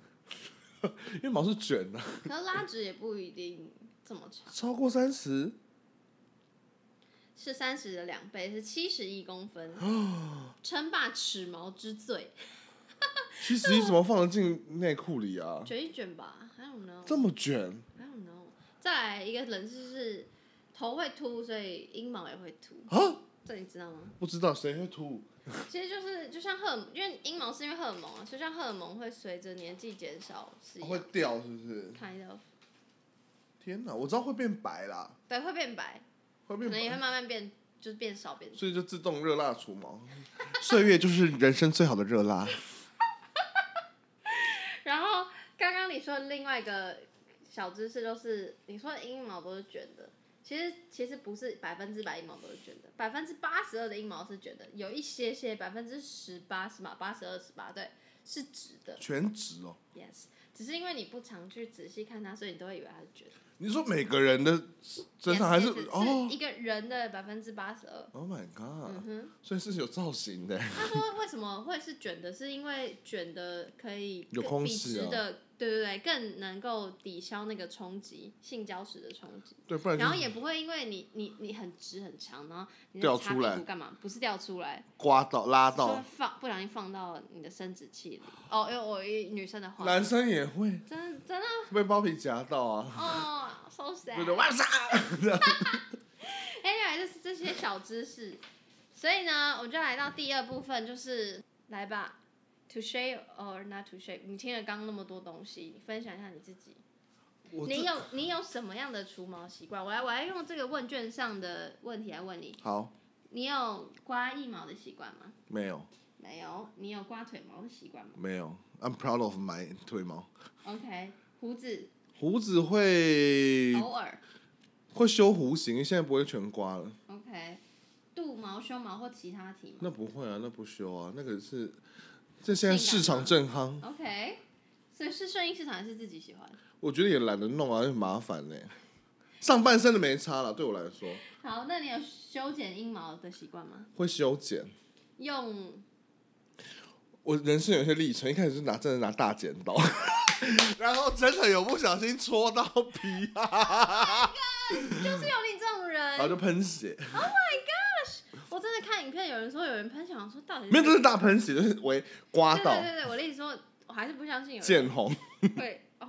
Speaker 1: 因为毛是卷的、啊
Speaker 4: 可是拉直也不一定这么长，
Speaker 1: 超过三十
Speaker 4: 是三十的两倍，是七十一公 分，称霸齿毛之最，
Speaker 1: 七十一怎么放得进内裤里啊？
Speaker 4: 卷一卷吧，I don't know。
Speaker 1: 这么卷，
Speaker 4: I don't know。再来一个冷知识，头会秃，所以阴毛也会秃。
Speaker 1: 啊
Speaker 4: 这你知道吗？
Speaker 1: 不知道谁会吐？
Speaker 4: 其实就是就像荷尔蒙，因为阴毛是因为荷尔蒙啊，就像荷尔蒙会随着年纪减少是一
Speaker 1: 会
Speaker 4: 样。
Speaker 1: 掉是不是？
Speaker 4: kind of，
Speaker 1: 天哪，我知道会变白啦，
Speaker 4: 对，会变白，
Speaker 1: 会
Speaker 4: 可
Speaker 1: 变
Speaker 4: 能也会
Speaker 1: 白，
Speaker 4: 慢慢变，就是变少变少。
Speaker 1: 所以就自动热蜡除毛。 岁月就是人生最好的热蜡。
Speaker 4: 然后刚刚你说的另外一个小知识就是，你说的阴毛都是卷的，其实其实不是百分之百阴毛都是卷的，百分之八十二的阴毛是卷的，有一些些百分之十八、十八、八十二、十八，对，是直的。
Speaker 1: 全直哦。
Speaker 4: Yes，只是因为你不常去仔细看它，所以你都会以为它是卷的。
Speaker 1: 你说每个人的身上还是
Speaker 4: Yes, yes, yes，
Speaker 1: 哦
Speaker 4: 是一个人的百分之八十二。
Speaker 1: ？Oh my
Speaker 4: 嗯
Speaker 1: god！
Speaker 4: 哼，
Speaker 1: 所以是有造型的，
Speaker 4: 他说为什么会是卷的？是因为卷的可以
Speaker 1: 有
Speaker 4: 更
Speaker 1: 空
Speaker 4: 比
Speaker 1: 气
Speaker 4: 直
Speaker 1: 啊
Speaker 4: 的，对对对，更能够抵消那个冲击，性交时的冲击。
Speaker 1: 对，不然就
Speaker 4: 然后
Speaker 1: 是
Speaker 4: 也不会因为你你你很直很长，然后你在
Speaker 1: 掉
Speaker 4: 擦
Speaker 1: 出
Speaker 4: 屁
Speaker 1: 来
Speaker 4: 股干嘛？不是掉出来，
Speaker 1: 刮到拉
Speaker 4: 是会
Speaker 1: 到，
Speaker 4: 放不小心放到你的生殖器里。哦，因为我一女生的话，
Speaker 1: 男生也会
Speaker 4: 真的真的
Speaker 1: 被包皮夹到啊，
Speaker 4: 哦，so sad。
Speaker 1: 对对，哇塞！
Speaker 4: 啊 Anyway，就是这些小知识。所以呢，我们就来到第二部分，就是来吧，to share or not to share。你听了刚刚那么多东西，你分享一下你自己，
Speaker 1: 我
Speaker 4: 你
Speaker 1: 这
Speaker 4: 有你有什么样的除毛习惯？我来我来用这个问卷上的问题来问你，
Speaker 1: 好
Speaker 4: 你有刮腋毛的习惯吗？
Speaker 1: 没有
Speaker 4: 没有。你有刮腿毛的习惯吗
Speaker 1: 没有，I'm proud of my 腿毛，
Speaker 4: ？OK，胡子
Speaker 1: 胡子会
Speaker 4: 偶尔
Speaker 1: 会修弧形，现在不会全刮了，
Speaker 4: OK，肚毛、胸毛或其他体毛
Speaker 1: 那不会啊，那不修啊，那个是这现在
Speaker 4: 性感
Speaker 1: 市场
Speaker 4: 吗
Speaker 1: 正夯，
Speaker 4: OK，所以是顺应市场还是自己喜欢？
Speaker 1: 我觉得也懒得弄啊，又麻烦呢、上半身的没差了，对我来说
Speaker 4: 好，那你有修剪阴毛的习惯吗？
Speaker 1: 会修剪。
Speaker 4: 用
Speaker 1: 我人生有一些历程，一开始是拿真的拿大剪刀， 然后真的有不小心戳到皮啊，
Speaker 4: 就是有你这种人
Speaker 1: 然后就喷血，
Speaker 4: 我真的看影片，有人说有人喷，想说到底是
Speaker 1: 没有，这是大喷血，就是为刮
Speaker 4: 对
Speaker 1: 到
Speaker 4: 对对对，我的意思说，我还是不相信有人
Speaker 1: 见红，
Speaker 4: 会哦。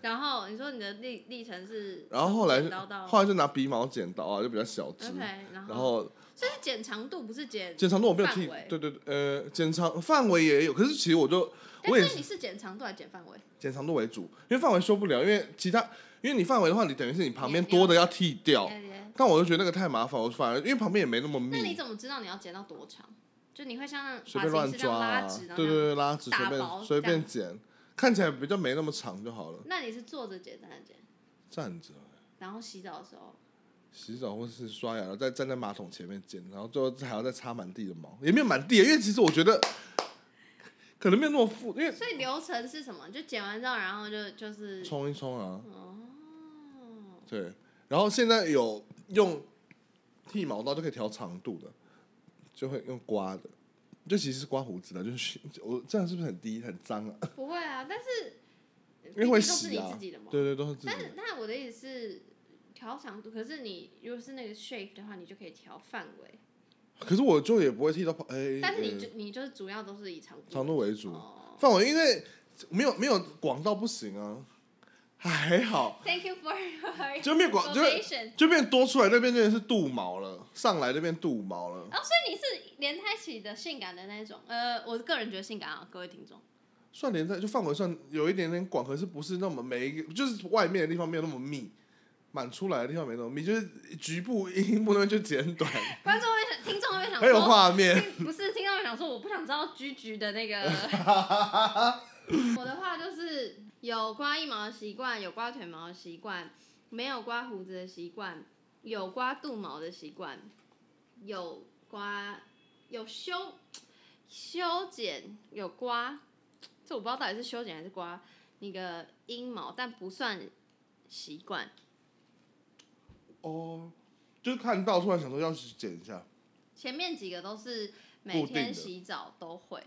Speaker 4: 然后你说你的历历程是，
Speaker 1: 然后后来
Speaker 4: 剪刀到
Speaker 1: 后来就拿鼻毛剪刀啊，就比较小只。
Speaker 4: OK，然
Speaker 1: 然
Speaker 4: 后
Speaker 1: 后
Speaker 4: 所以是剪长度，不是剪，
Speaker 1: 剪长度我没有剃
Speaker 4: 范围，
Speaker 1: 对对对，呃，剪长范围也有，可是其实我就我
Speaker 4: 但
Speaker 1: 也
Speaker 4: 是
Speaker 1: 是
Speaker 4: 哎你是剪长度还是剪范围？
Speaker 1: 剪长度为主，因为范围修不了，因为其他因为你范围的话，你等于是你旁边
Speaker 4: 你要
Speaker 1: 多的要剃掉，
Speaker 4: 哎哎
Speaker 1: 但我就觉得那个太麻烦，我反而因为旁边也没那么
Speaker 4: 那你
Speaker 1: 密，
Speaker 4: 怎么知道你要剪到多长？就你会像
Speaker 1: 随
Speaker 4: 发
Speaker 1: 便乱
Speaker 4: 型师这
Speaker 1: 抓
Speaker 4: 样拉
Speaker 1: 啊
Speaker 4: 直，，然后
Speaker 1: 对对
Speaker 4: 这
Speaker 1: 对，
Speaker 4: 样
Speaker 1: 拉直随
Speaker 4: 打
Speaker 1: 便
Speaker 4: 薄
Speaker 1: 随
Speaker 4: 这样
Speaker 1: 便剪，看起来比较没那么长就好了，
Speaker 4: 那你是坐着剪，站着剪，
Speaker 1: 站着。
Speaker 4: 然后洗澡的时候，
Speaker 1: 洗澡或是刷牙，然后再站在马桶前面剪，然后最后还要再擦满地的毛，也没有满地，啊因为其实我觉得可能没有那么复，因为
Speaker 4: 所以流程是什么？就剪完之后，然后就就是
Speaker 1: 冲一冲啊，
Speaker 4: 哦，
Speaker 1: 对。然后现在有用剃毛刀就可以调长度的，就会用刮的，就其实是刮胡子的，就是我这样是不是很低很脏啊？
Speaker 4: 不会啊，但是
Speaker 1: 因为会
Speaker 4: 毕竟都是
Speaker 1: 洗啊
Speaker 4: 你自己的嘛。
Speaker 1: 对对，都是自己
Speaker 4: 但
Speaker 1: 的
Speaker 4: 是，那我的意思是调长度，可是你如果是那个 shape 的话，你就可以调范围，
Speaker 1: 可是我就也不会剃到旁，哎，
Speaker 4: 但是你就
Speaker 1: 呃
Speaker 4: 你就是主要都是以长度
Speaker 1: 长度为主，
Speaker 4: 哦
Speaker 1: 范围因为没有没有广到不行啊， 还好。
Speaker 4: Thank you for your
Speaker 1: 就面广就
Speaker 4: information。
Speaker 1: 就变多出来那边真的是镀毛了，上来这边镀毛了，
Speaker 4: 哦，所以你是连在一起的性感的那种，呃，我个人觉得性感啊，各位听众。
Speaker 1: 算连在就范围算有一点点广，可是不是那么每一个就是外面的地方没有那么密，满出来的地方没那么密，就是局部阴部那边就剪短，
Speaker 4: 观众 会想，听众会想
Speaker 1: 很有
Speaker 4: 说，
Speaker 1: 画面。
Speaker 4: 听不是听 众会想说，我不想知道居居的那个。我的话就是有刮腋毛的习惯，有刮腿毛的习惯，没有刮胡子的习惯，有刮肚毛的习惯，有刮有修修剪，有刮，这我不知道到底是修剪还是刮那个阴毛，但不算习惯。
Speaker 1: 哦，就是看到突然想说要去剪一下，
Speaker 4: 前面几个都是每
Speaker 1: 固定
Speaker 4: 天
Speaker 1: 的
Speaker 4: 洗澡都会，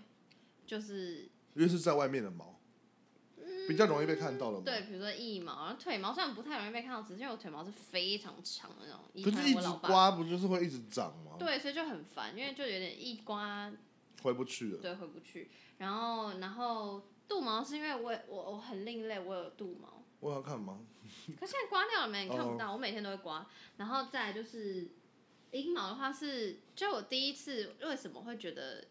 Speaker 4: 就是
Speaker 1: 因为是在外面的毛，比较容易被看到的毛。
Speaker 4: 对，比如说腋毛，然后腿毛虽然不太容易被看到，只是因为我腿毛是非常长的那种，遗
Speaker 1: 可
Speaker 4: 传
Speaker 1: 是一
Speaker 4: 我
Speaker 1: 直
Speaker 4: 老爸。
Speaker 1: 刮不就是会一直长吗？
Speaker 4: 对，所以就很烦，因为就有点一刮
Speaker 1: 回不去了。
Speaker 4: 对回不去，然后然后肚毛是因为我我我很另类，我有肚毛，
Speaker 1: 我想看吗？
Speaker 4: 可现在刮掉了没？你看不
Speaker 1: 哦
Speaker 4: 到，我每天都会刮。然后再来就是阴毛的话是，就我第一次为什么会觉得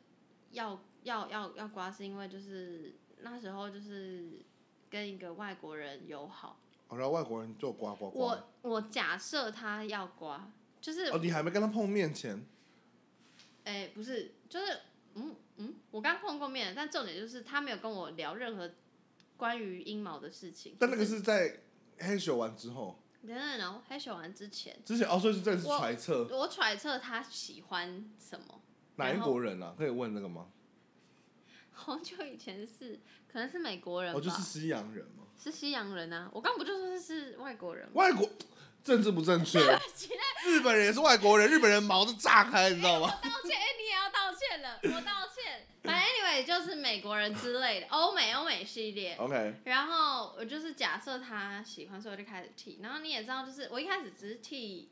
Speaker 4: 要要要要刮，是因为就是那时候就是跟一个外国人友好，
Speaker 1: 哦，然后外国人就刮刮刮。
Speaker 4: 我我假设他要刮，就是
Speaker 1: 哦，你还没跟他碰面前，
Speaker 4: 哎、不是，就是嗯嗯，我刚碰过面，但重点就是他没有跟我聊任何关于阴毛的事情。
Speaker 1: 但那个
Speaker 4: 就是
Speaker 1: 在黑球完之后，
Speaker 4: 等等等，黑选完之前，
Speaker 1: 之前哦，所以是这个是
Speaker 4: 我
Speaker 1: 揣测
Speaker 4: 我揣测他喜欢什么。
Speaker 1: 哪一
Speaker 4: 然后
Speaker 1: 国人啊？可以问那个吗？
Speaker 4: 好久以前是，可能是美国人吧，
Speaker 1: 哦，就是西洋人嘛。
Speaker 4: 是西洋人啊。我刚不就说是外国人吗？
Speaker 1: 外国政治不正 确，
Speaker 2: 日本人也是外国人，日本人毛都炸开，你知 道吗？
Speaker 4: 道歉，哎、你也要道歉了，我道歉。反正 anyway 就是美国人之类的，欧美欧美系列。
Speaker 1: OK，
Speaker 4: 然后我就是假设他喜欢，所以我就开始剃。然后你也知道，就是我一开始只是剃，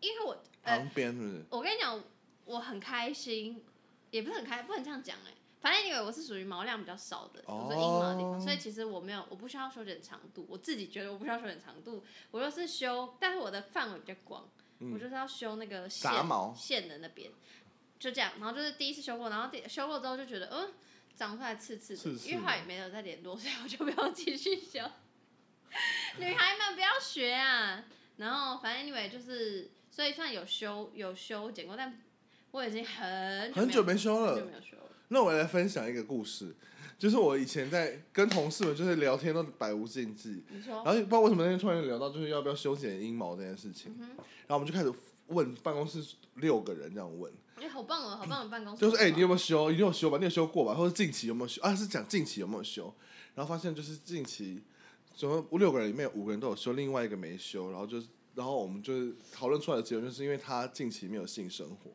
Speaker 4: 因为我呃，
Speaker 1: 旁边是不是？
Speaker 4: 我跟你讲，我很开心，也不是很开，不能这样讲哎、反正因为我是属于毛量比较少的，
Speaker 1: 哦
Speaker 4: 我是阴毛的地方，所以其实我没有，我不需要修剪长度。我自己觉得我不需要修剪长度，我又是修，但是我的范围比较广，
Speaker 1: 嗯
Speaker 4: 我就是要修那个线
Speaker 1: 杂毛
Speaker 4: 线的那边，就这样。然后就是第一次修过，然后第修过之后就觉得，嗯，长出来刺刺的，
Speaker 1: 刺刺的
Speaker 4: 因为后来也没有再联络，所以我就没有继续修。 女孩们不要学啊！然后反正 anyway 就是，所以算有修有修剪过，但我已经很
Speaker 1: 很久没修
Speaker 4: 很
Speaker 1: 了
Speaker 4: 久。没有修了。
Speaker 1: 那我来分享一个故事，就是我以前在跟同事们就是聊天都百无禁忌，
Speaker 4: 你
Speaker 1: 然
Speaker 4: 说，
Speaker 1: 后也不知道为什么那天突然聊到就是要不要修剪阴毛这件事情，
Speaker 4: 嗯哼，
Speaker 1: 然后我们就开始问办公室六个人这样问，
Speaker 4: 哎、好棒哦，好棒的办公室，
Speaker 1: 就是哎、你有没有修？你有修吧？你有修过吧？或者近期有没有修？啊，是讲近期有没有修？然后发现就是近期，总共六个人里面有五个人都有修，另外一个没修。然后就是，然后我们就是讨论出来的结论，就是因为他近期没有性生活。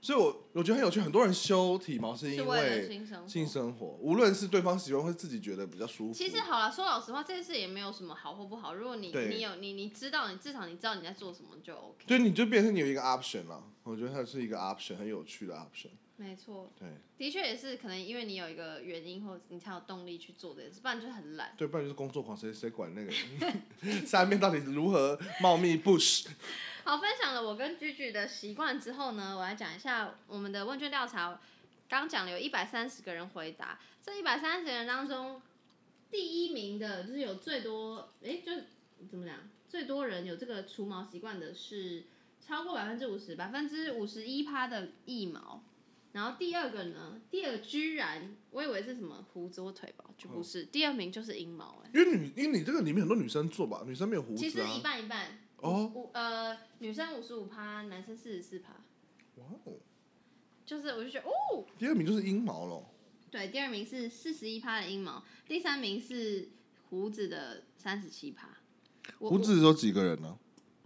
Speaker 1: 所以我我觉得很有趣，很多人修体毛是
Speaker 4: 是
Speaker 1: 因
Speaker 4: 为了
Speaker 1: 为
Speaker 4: 新生活
Speaker 1: 性生活，无论是对方喜欢或是自己觉得比较舒服。
Speaker 4: 其实好了，说老实话，这件事也没有什么好或不好。如果你
Speaker 1: 对
Speaker 4: 你有你你知道，你至少你知道你在做什么就 OK。
Speaker 1: 对，你就变成你有一个 option 了。我觉得它是一个 option，很有趣的 option。
Speaker 4: 没错，
Speaker 1: 对，
Speaker 4: 的确也是可能因为你有一个原因，或者你才有动力去做这件事，不然就是很懒。
Speaker 1: 对，不然就是工作狂，谁谁管那个 下面到底如何茂密 bush？
Speaker 4: 好，分享了我跟居居的习惯之后呢，我来讲一下我们的问卷调查。刚讲了有一百三十个人回答，这一百三十人当中，第一名的就是有最多，诶，就怎么讲，最多人有这个除毛习惯的是超过百分之五十，百分之五十一趴的腋毛。然后第二个呢，第二个居然我以为是什么胡子或腿毛，就
Speaker 1: 哦
Speaker 4: 不是，第二名就是阴毛、诶，
Speaker 1: 因为女，因为你这个里面很多女生做吧，女生没有胡
Speaker 4: 其
Speaker 1: 子
Speaker 4: 实
Speaker 1: 啊
Speaker 4: 一。半一半，
Speaker 1: 哦，
Speaker 4: 五呃女生五十五趴，男生四十四趴。
Speaker 1: 哇哦，
Speaker 4: 就是我就觉得哦，
Speaker 1: 第二名就是阴毛咯。
Speaker 4: 对，第二名是四十一趴的阴毛，第三名是胡子的三十七趴。我
Speaker 1: 胡子有几个人呢、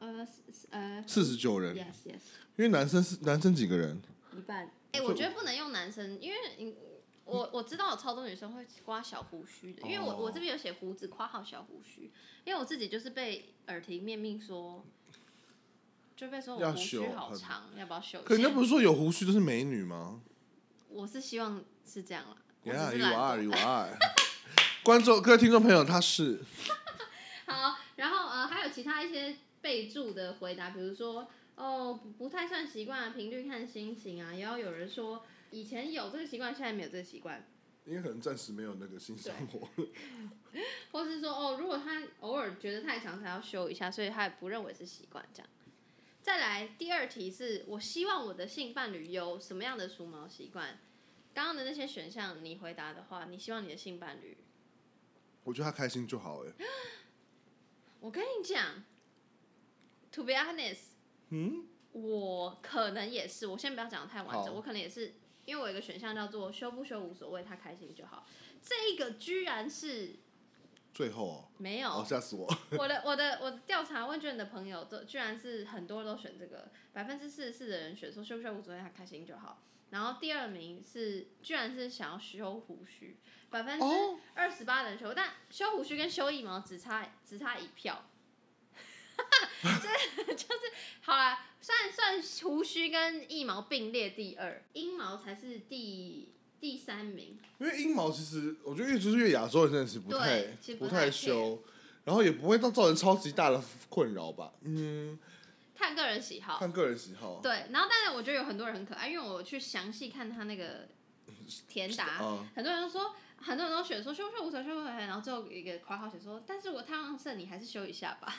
Speaker 4: 我呃是是呃
Speaker 1: 四十九人。
Speaker 4: ，yes yes，
Speaker 1: 因为男生是男生几个人？
Speaker 4: 一半。哎、我觉得不能用男生，因为你我我知道有超多女生会刮小胡须的，因为我
Speaker 1: 哦
Speaker 4: 我这边有写胡子，括号小胡须，因为我自己就是被耳提面命说。就被说我
Speaker 1: 要
Speaker 4: 胡须
Speaker 1: 修
Speaker 4: 好
Speaker 1: 很
Speaker 4: 长，要不要修一下？
Speaker 1: 可人家不是说有胡须都是美女吗
Speaker 4: 我是希望是这样啦，我只
Speaker 1: ？Yeah,
Speaker 4: 是
Speaker 1: you
Speaker 4: 懒惰
Speaker 1: are, you are 。观众各位听众朋友，他是
Speaker 4: 好，然后呃，还有其他一些备注的回答，比如说哦，不不太算习惯啊，频率看心情啊，也要有人说以前有这个习惯，现在没有这个习惯，
Speaker 1: 因为可能暂时没有那个性生活，
Speaker 4: 或是说哦，如果他偶尔觉得太长才要修一下，所以他也不认为是习惯这样。再来第二题是我希望我的性伴侣有什么样的除毛习惯？刚刚的那些选项你回答的话，你希望你的性伴侣
Speaker 1: 我觉得他开心就好哎、
Speaker 4: 我跟你讲，To be honest，
Speaker 1: 嗯，
Speaker 4: 我可能也是，我先不要讲得太完
Speaker 1: 好
Speaker 4: 整，我可能也是，因为我有一个选项叫做修不修无所谓，他开心就好。这一个居然是
Speaker 1: 最后哦，
Speaker 4: 没有，
Speaker 1: 哦吓死我！
Speaker 4: 我的我的我的调查问卷的朋友都居然是很多都选这个，百分之四十四的人选说修不修无所谓，他开心就好。然后第二名是居然是想要修胡须，百分之
Speaker 1: 哦
Speaker 4: 二十八的人修，但修胡须跟修腋毛只差只差一票。 就是就是 好啦，算算胡须跟腋毛并列第二，阴毛才是第第三名。
Speaker 1: 因为阴毛其实我觉得越就是越亚洲人真的是不太
Speaker 4: 对其实不
Speaker 1: 不
Speaker 4: 太
Speaker 1: 太
Speaker 4: care
Speaker 1: 修，然后也不会到造成超级大的困扰吧。嗯，
Speaker 4: 看个人喜好，
Speaker 1: 看个人喜好。啊
Speaker 4: 对，然后但是我觉得有很多人很可爱，因为我去详细看他那个填答，
Speaker 1: 啊，
Speaker 4: 很多人都说，很多人都选说修不修无所谓，修不修无所谓，然后最后有一个括号写说，但是我太阳盛，你还是修一下吧，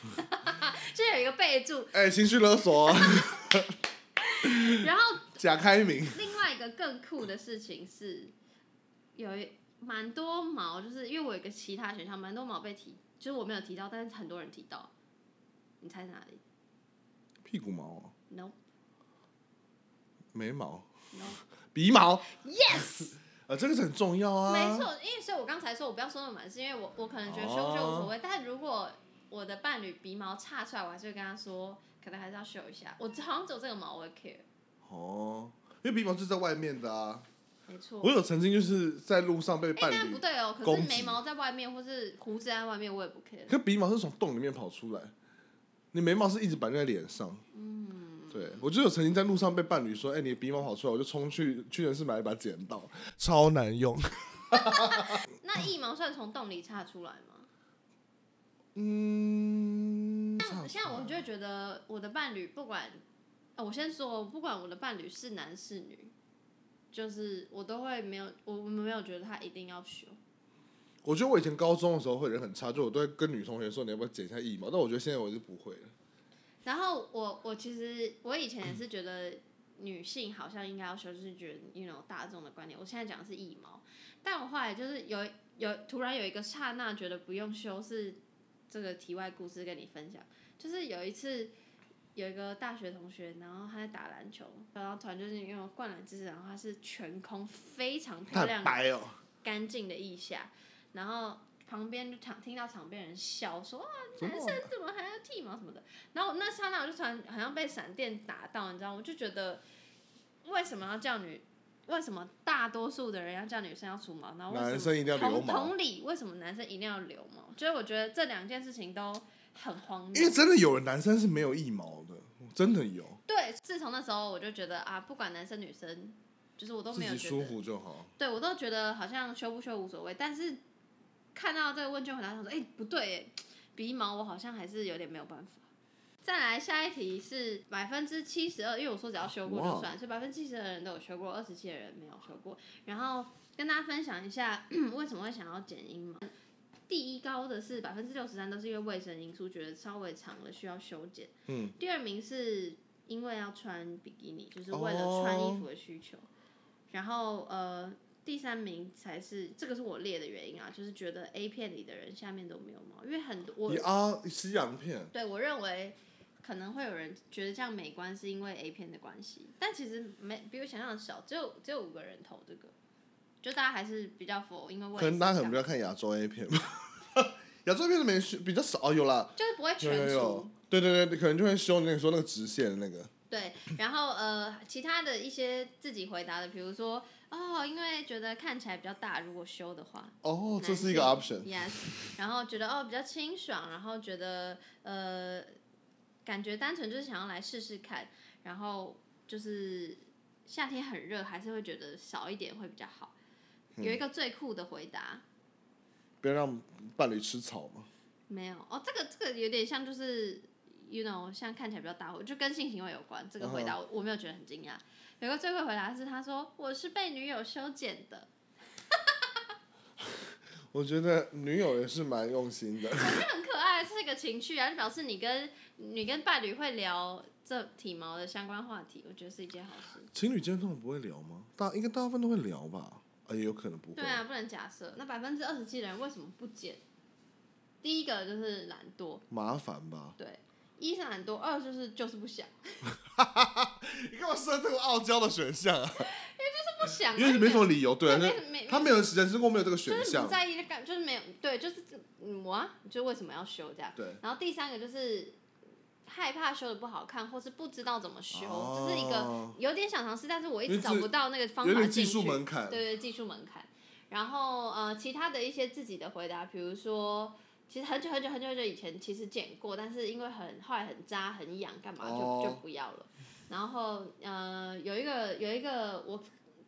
Speaker 4: 就有一个备注。
Speaker 1: 哎、情绪勒索哦，
Speaker 4: 然后
Speaker 1: 假开明。
Speaker 4: 另外一个更酷的事情是，有一蛮多毛，就是因为我有一个其他选项，蛮多毛被提，就是我没有提到，但是很多人提到，你猜是哪里
Speaker 1: 屁股毛哦、
Speaker 4: ？No
Speaker 1: 眉毛、
Speaker 4: No，
Speaker 1: 鼻毛，
Speaker 4: Yes。
Speaker 1: 啊，这个是很重要啊。
Speaker 4: 没错，因为所以我刚才说我不要说那么满，是因为我我可能觉得修不修无所谓，
Speaker 1: 哦
Speaker 4: 但如果我的伴侣鼻毛岔出来，我还是会跟他说，可能还是要修一下。我好像只有这个毛我会 care，
Speaker 1: 哦，因为鼻毛是在外面的啊。
Speaker 4: 没错。
Speaker 1: 我有曾经就是在路上被
Speaker 4: 哎、
Speaker 1: 伴
Speaker 4: 但
Speaker 1: 侣
Speaker 4: 不，对哦，可
Speaker 1: 攻
Speaker 4: 是
Speaker 1: 击
Speaker 4: 眉毛在外面或是胡子在外面，我也不 care。
Speaker 1: 可鼻毛是从洞里面跑出来，你眉毛是一直绑在脸上。
Speaker 4: 嗯，
Speaker 1: 对，我就有曾经在路上被伴侣说：“哎、你的鼻毛跑出来！”我就冲去屈臣氏买了一把剪刀，超难用。
Speaker 4: 那 腋毛算从洞里岔出来吗？
Speaker 1: 嗯，
Speaker 4: 像像我就会觉得我的伴侣不管，呃我先说，不管我的伴侣是男是女，就是我都会没有，我我没有觉得他一定要修。
Speaker 1: 我觉得我以前高中的时候会人很差，就我都会跟女同学说：“你要不要剪一下腋毛？”但我觉得现在我是不会了。
Speaker 4: 然后我我其实我以前也是觉得女性好像应该要修，就是觉得 you know 大众的观点。我现在讲的是腋毛，但我后来就是有有突然有一个刹那觉得不用修，是这个题外故事跟你分享。就是有一次有一个大学同学，然后他在打篮球，然后突然就是因为灌篮姿势，然后他是全空，非常
Speaker 1: 他
Speaker 4: 漂亮
Speaker 1: 很白哦、
Speaker 4: 干净的腋下，然后旁边就场听到场边人笑说啊，
Speaker 1: 怎
Speaker 4: 男
Speaker 1: 么
Speaker 4: 生怎么还要剃毛什么的，然后我那刹那我就突然好像被闪电打到，你知道吗，我就觉得为什么要叫女，为什么大多数的人要叫女生要除毛，然后为
Speaker 1: 男
Speaker 4: 什么
Speaker 1: 生一定要留
Speaker 4: 同
Speaker 1: 毛，
Speaker 4: 同理为什么男生一定要留毛？就是我觉得这两件事情都很荒
Speaker 1: 因为
Speaker 4: 谬。
Speaker 1: 真的有人男生是没有腋毛的，真的有，
Speaker 4: 对，自从那时候我就觉得啊，不管男生女生，就是我都
Speaker 1: 自
Speaker 4: 没有
Speaker 1: 己
Speaker 4: 觉得
Speaker 1: 舒服就好。
Speaker 4: 对我都觉得好像修不修无所谓，但是看到这个问卷回答，想说，哎、不对，哎，鼻毛我好像还是有点没有办法。再来下一题是百分之七十二，因为我说只要修过就算，所以百分之七十的人都有修过，二十七的人没有修过。然后跟大家分享一下 为什么会想要剪阴毛。第一高的是百分之六十三，都是因为卫生因素，觉得稍微长了需要修剪。
Speaker 1: 嗯，
Speaker 4: 第二名是因为要穿比基尼，就是为了穿衣服的需求。然后呃，第三名才是这个是我列的原因啊，就是觉得 A 片里的人下面都没有毛，因为很多我
Speaker 1: 你啊，西洋片
Speaker 4: 对我认为可能会有人觉得这样美观是因为 A 片的关系，但其实没比我想象的少，只有只有五个人投这个，就大家还是比较否，因为
Speaker 1: 可能大家可能
Speaker 4: 为
Speaker 1: 比较看亚洲 A 片吧， 亚洲 A 片的美学比较少，哦有啦，
Speaker 4: 就是不会
Speaker 1: 有
Speaker 4: 全除。
Speaker 1: 有有，对对对，可能就会修那个说那个直线的那个，
Speaker 4: 对，然后呃，其他的一些自己回答的，比如说哦，因为觉得看起来比较大，如果修的话
Speaker 1: 哦，这
Speaker 4: 男
Speaker 1: 是一个
Speaker 4: 性
Speaker 1: option，
Speaker 4: ，yes，然 后觉得哦比较清爽，然后觉得呃，感觉单纯就是想要来试试看，然后就是夏天很热，还是会觉得少一点会比较好。
Speaker 1: 嗯
Speaker 4: 有一个最酷的回答，
Speaker 1: 不要让伴侣吃草嘛。
Speaker 4: 没有哦，这个这个有点像就是，you know，像看起来比较大，我就跟性行为有关。这个
Speaker 1: 嗯
Speaker 4: 回答我我没有觉得很惊讶。有个最会回答是他说我是被女友修剪的，
Speaker 1: 我觉得女友也是蛮用心的，
Speaker 4: 我觉得很可爱，是一个情趣啊，就表示你跟你跟伴侣会聊这体毛的相关话题，我觉得是一件好事。
Speaker 1: 情侣间通常不会聊吗？大应该大部分都会聊吧，啊，也有可能不会
Speaker 4: 对。啊，不能假设。那百分之二十七的人为什么不剪？第一个就是懒惰，
Speaker 1: 麻烦吧？
Speaker 4: 对，一是懒惰，二就是就是不想，
Speaker 1: 你干嘛设这么傲娇的选项 啊？
Speaker 4: 就是不想啊，
Speaker 1: 因为你没什么
Speaker 4: 就
Speaker 1: 理由，对啊，
Speaker 4: 没
Speaker 1: 就
Speaker 4: 没
Speaker 1: 他没有人生中没有这个选
Speaker 4: 就是
Speaker 1: 项
Speaker 4: 不，在意的感，就是没有对，就是嗯我啊，就为什么要修这样？
Speaker 1: 对，
Speaker 4: 然后第三个就是害怕修的不好看，或是不知道怎么修，
Speaker 1: 哦
Speaker 4: 这是一个有点想尝试，但是我一
Speaker 1: 因
Speaker 4: 直
Speaker 1: 为
Speaker 4: 找
Speaker 1: 这
Speaker 4: 不到那个方
Speaker 1: 有
Speaker 4: 法
Speaker 1: 点技
Speaker 4: 进
Speaker 1: 术
Speaker 4: 去。
Speaker 1: 门槛，
Speaker 4: 对对，技术门槛。然后呃，其他的一些自己的回答，比如说，其实很久很久很久很久以前其实剪过，但是因为很后来很扎很痒，干嘛就、就
Speaker 1: 哦
Speaker 4: 不要了。然后呃，有一个有一个我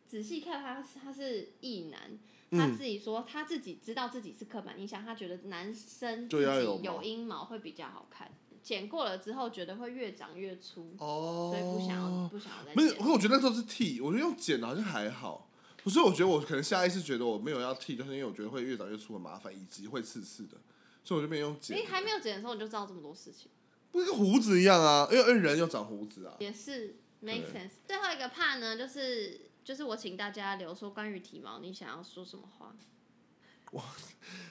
Speaker 4: 仔细看他是他是异男，他
Speaker 1: 嗯
Speaker 4: 自己说他自己知道自己是刻板印象，他觉得男生
Speaker 1: 就
Speaker 4: 自
Speaker 1: 要
Speaker 4: 己
Speaker 1: 有毛
Speaker 4: 有阴毛会比较好看，剪过了之后觉得会越长越粗，
Speaker 1: 哦，
Speaker 4: 所以不想要不想要再
Speaker 1: 没有，
Speaker 4: 剪。
Speaker 1: 可我觉得那时候是剃，我觉得用剪的好像还好。可是我觉得我可能下意识觉得我没有要剃，就是因为我觉得会越长越粗很麻烦，以及会刺刺的，所以我就没有用剪
Speaker 4: 哎，
Speaker 1: 的。
Speaker 4: 还没有剪的时候你就知道这么多事情。
Speaker 1: 不是跟胡子一样啊，因为因为人要长胡子啊。
Speaker 4: 也是 make
Speaker 1: 对
Speaker 4: sense。最后一个怕呢，就是就是我请大家留说关于体毛，你想要说什么话？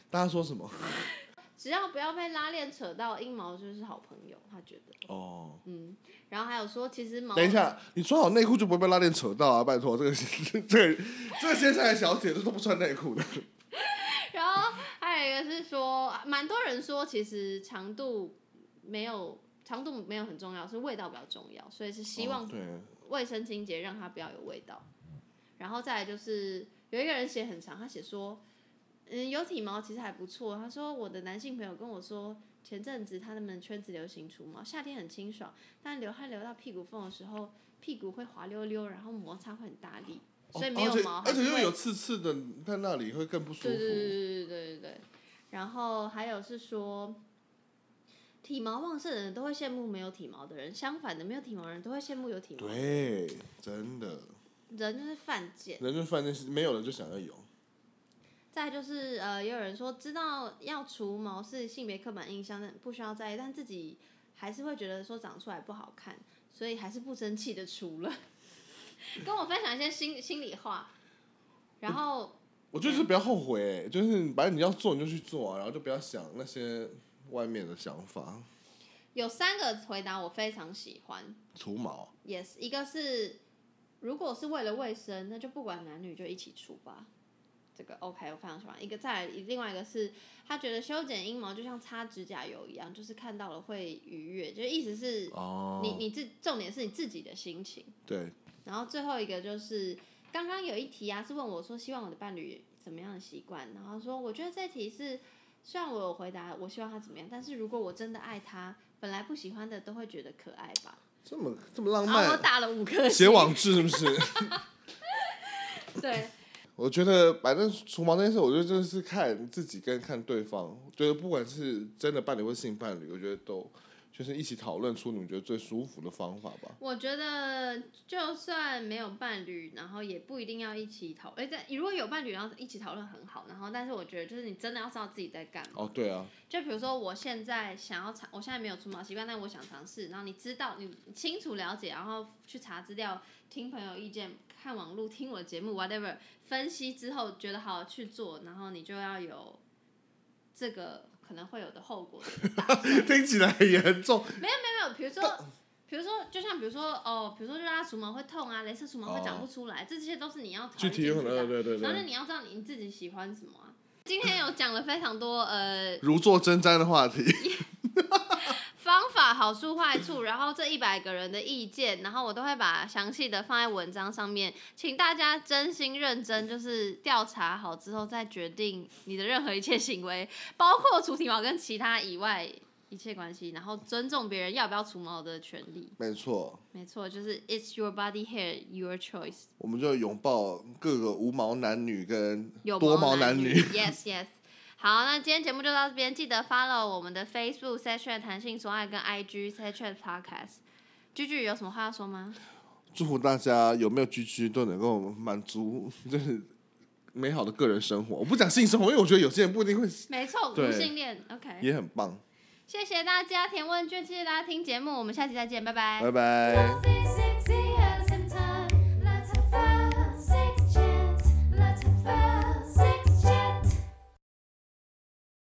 Speaker 1: 大家说什么？
Speaker 4: 只要不要被拉链扯到阴毛，就是好朋友。他觉得，
Speaker 1: 哦，
Speaker 4: 嗯，然后还有说，其实毛
Speaker 1: 等一下，你穿好内裤就不会被拉链扯到啊！拜托，这个 这个这个先生还小姐这都不穿内裤的。
Speaker 4: 然后还有一个是说，蛮多人说其实长度没有长度没有很重要，是味道比较重要，所以是 希望
Speaker 1: 哦对，
Speaker 4: 卫生清洁让它不要有味道。然后再来就是有一个人写很长，他写说，嗯，有体毛其实还不错。他说我的男性朋友跟我说，前阵子他们圈子流行除毛，夏天很清爽，但流汗流到屁股缝的时候，屁股会滑溜溜，然后摩擦会很大力，所以没有毛
Speaker 1: 哦而且而且
Speaker 4: 还
Speaker 1: 又
Speaker 4: 是
Speaker 1: 有
Speaker 4: 会
Speaker 1: 刺刺的，在那里会更不舒服。
Speaker 4: 对对对对对对对对。然后还有是说。体毛旺盛的人都会羡慕没有体毛的人，相反的，没有体毛的人都会羡慕有体毛。
Speaker 1: 对，真的，
Speaker 4: 人就是犯贱。
Speaker 1: 人就犯贱，没有人就想要有。
Speaker 4: 再就是呃，也有人说知道要除毛是性别刻板印象，但不需要在意，但自己还是会觉得说长出来不好看，所以还是不争气的除了。 跟我分享一些心心里话，然后
Speaker 1: 我觉得就是不要后悔、就是反正你要做你就去做啊，然后就不要想那些外面的想法。
Speaker 4: 有三个回答我非常喜欢
Speaker 1: 除毛，
Speaker 4: ，yes，一个是如果是为了卫生，那就不管男女就一起除吧。这个 OK，我非常喜欢。一个再来，另外一个是他觉得修剪阴毛就像擦指甲油一样，就是看到了会愉悦，就是意思是
Speaker 1: 哦
Speaker 4: 你你自重点是你自己的心情。
Speaker 1: 对，
Speaker 4: 然后最后一个就是刚刚有一题啊，是问我说希望我的伴侣怎么样的习惯，然后说我觉得这题是虽然我有回答我希望他怎么样，但是如果我真的爱他，本来不喜欢的都会觉得可爱吧。
Speaker 1: 这么这么浪
Speaker 4: 然后
Speaker 1: 漫
Speaker 4: 我，打了五颗
Speaker 1: 写
Speaker 4: 星，
Speaker 1: 网志是不是？
Speaker 4: 对，
Speaker 1: 我觉得反正除毛这件事，我觉得就是看自己跟看对方。我觉得不管是真的伴侣或性伴侣，我觉得都就是一起讨论出你们觉得最舒服的方法吧。
Speaker 4: 我觉得就算没有伴侣，然后也不一定要一起讨，哎，在如果有伴侣，然后一起讨论很好，然后但是我觉得就是你真的要知道自己在干嘛。
Speaker 1: 哦，对啊，
Speaker 4: 就比如说，我现在想要尝，我现在没有除毛习惯，但我想尝试。然后你知道，你清楚了解，然后去查资料，听朋友意见，看网络，听我的节目，whatever，分析之后觉得好去做，然后你就要有这个可能会有的后果。
Speaker 1: 听起来很严重。
Speaker 4: 没有，比如说，比如说，就像比如说，哦，比如说，就拉除毛会痛啊，镭射除毛会长不出来，这些都是你要考虑
Speaker 1: 哦具体
Speaker 4: 进
Speaker 1: 有
Speaker 4: 去
Speaker 1: 可能，对
Speaker 4: 的。
Speaker 1: 对
Speaker 4: 啊然后就
Speaker 1: 对，
Speaker 4: 你要知道你自己喜欢什么啊。今天有讲了非常多，呃，
Speaker 1: 如坐针毡的话题。
Speaker 4: 方法好处坏处，然后这一百个人的意见，然后我都会把详细的放在文章上面，请大家真心认真，就是调查好之后再决定你的任何一切行为，包括除体毛跟其他以外一切关系，然后尊重别人要不要除毛的权利。
Speaker 1: 没错，
Speaker 4: 没错，就是 It's your body hair, your choice。
Speaker 1: 我们就拥抱各个无毛男女跟
Speaker 4: 有
Speaker 1: 多
Speaker 4: 毛
Speaker 1: 毛男
Speaker 4: 女
Speaker 1: 女。
Speaker 4: yes, yes。好，那今天节目就到这边，记得 follow 我们的 Facebook s e t r a t 弹性说爱跟 IG s e t r a t Podcast。居居有什么话要说吗？
Speaker 1: 祝福大家有没有居居都能够满足，就是美好的个人生活。我不讲性生活，因为我觉得有些人不一定会，
Speaker 4: 没错，
Speaker 1: 对
Speaker 4: 无性恋。OK，
Speaker 1: 也很棒。
Speaker 4: 谢谢大家填问卷，谢谢大家听节目，我们下期再见，拜拜。
Speaker 1: 拜拜。
Speaker 3: Love is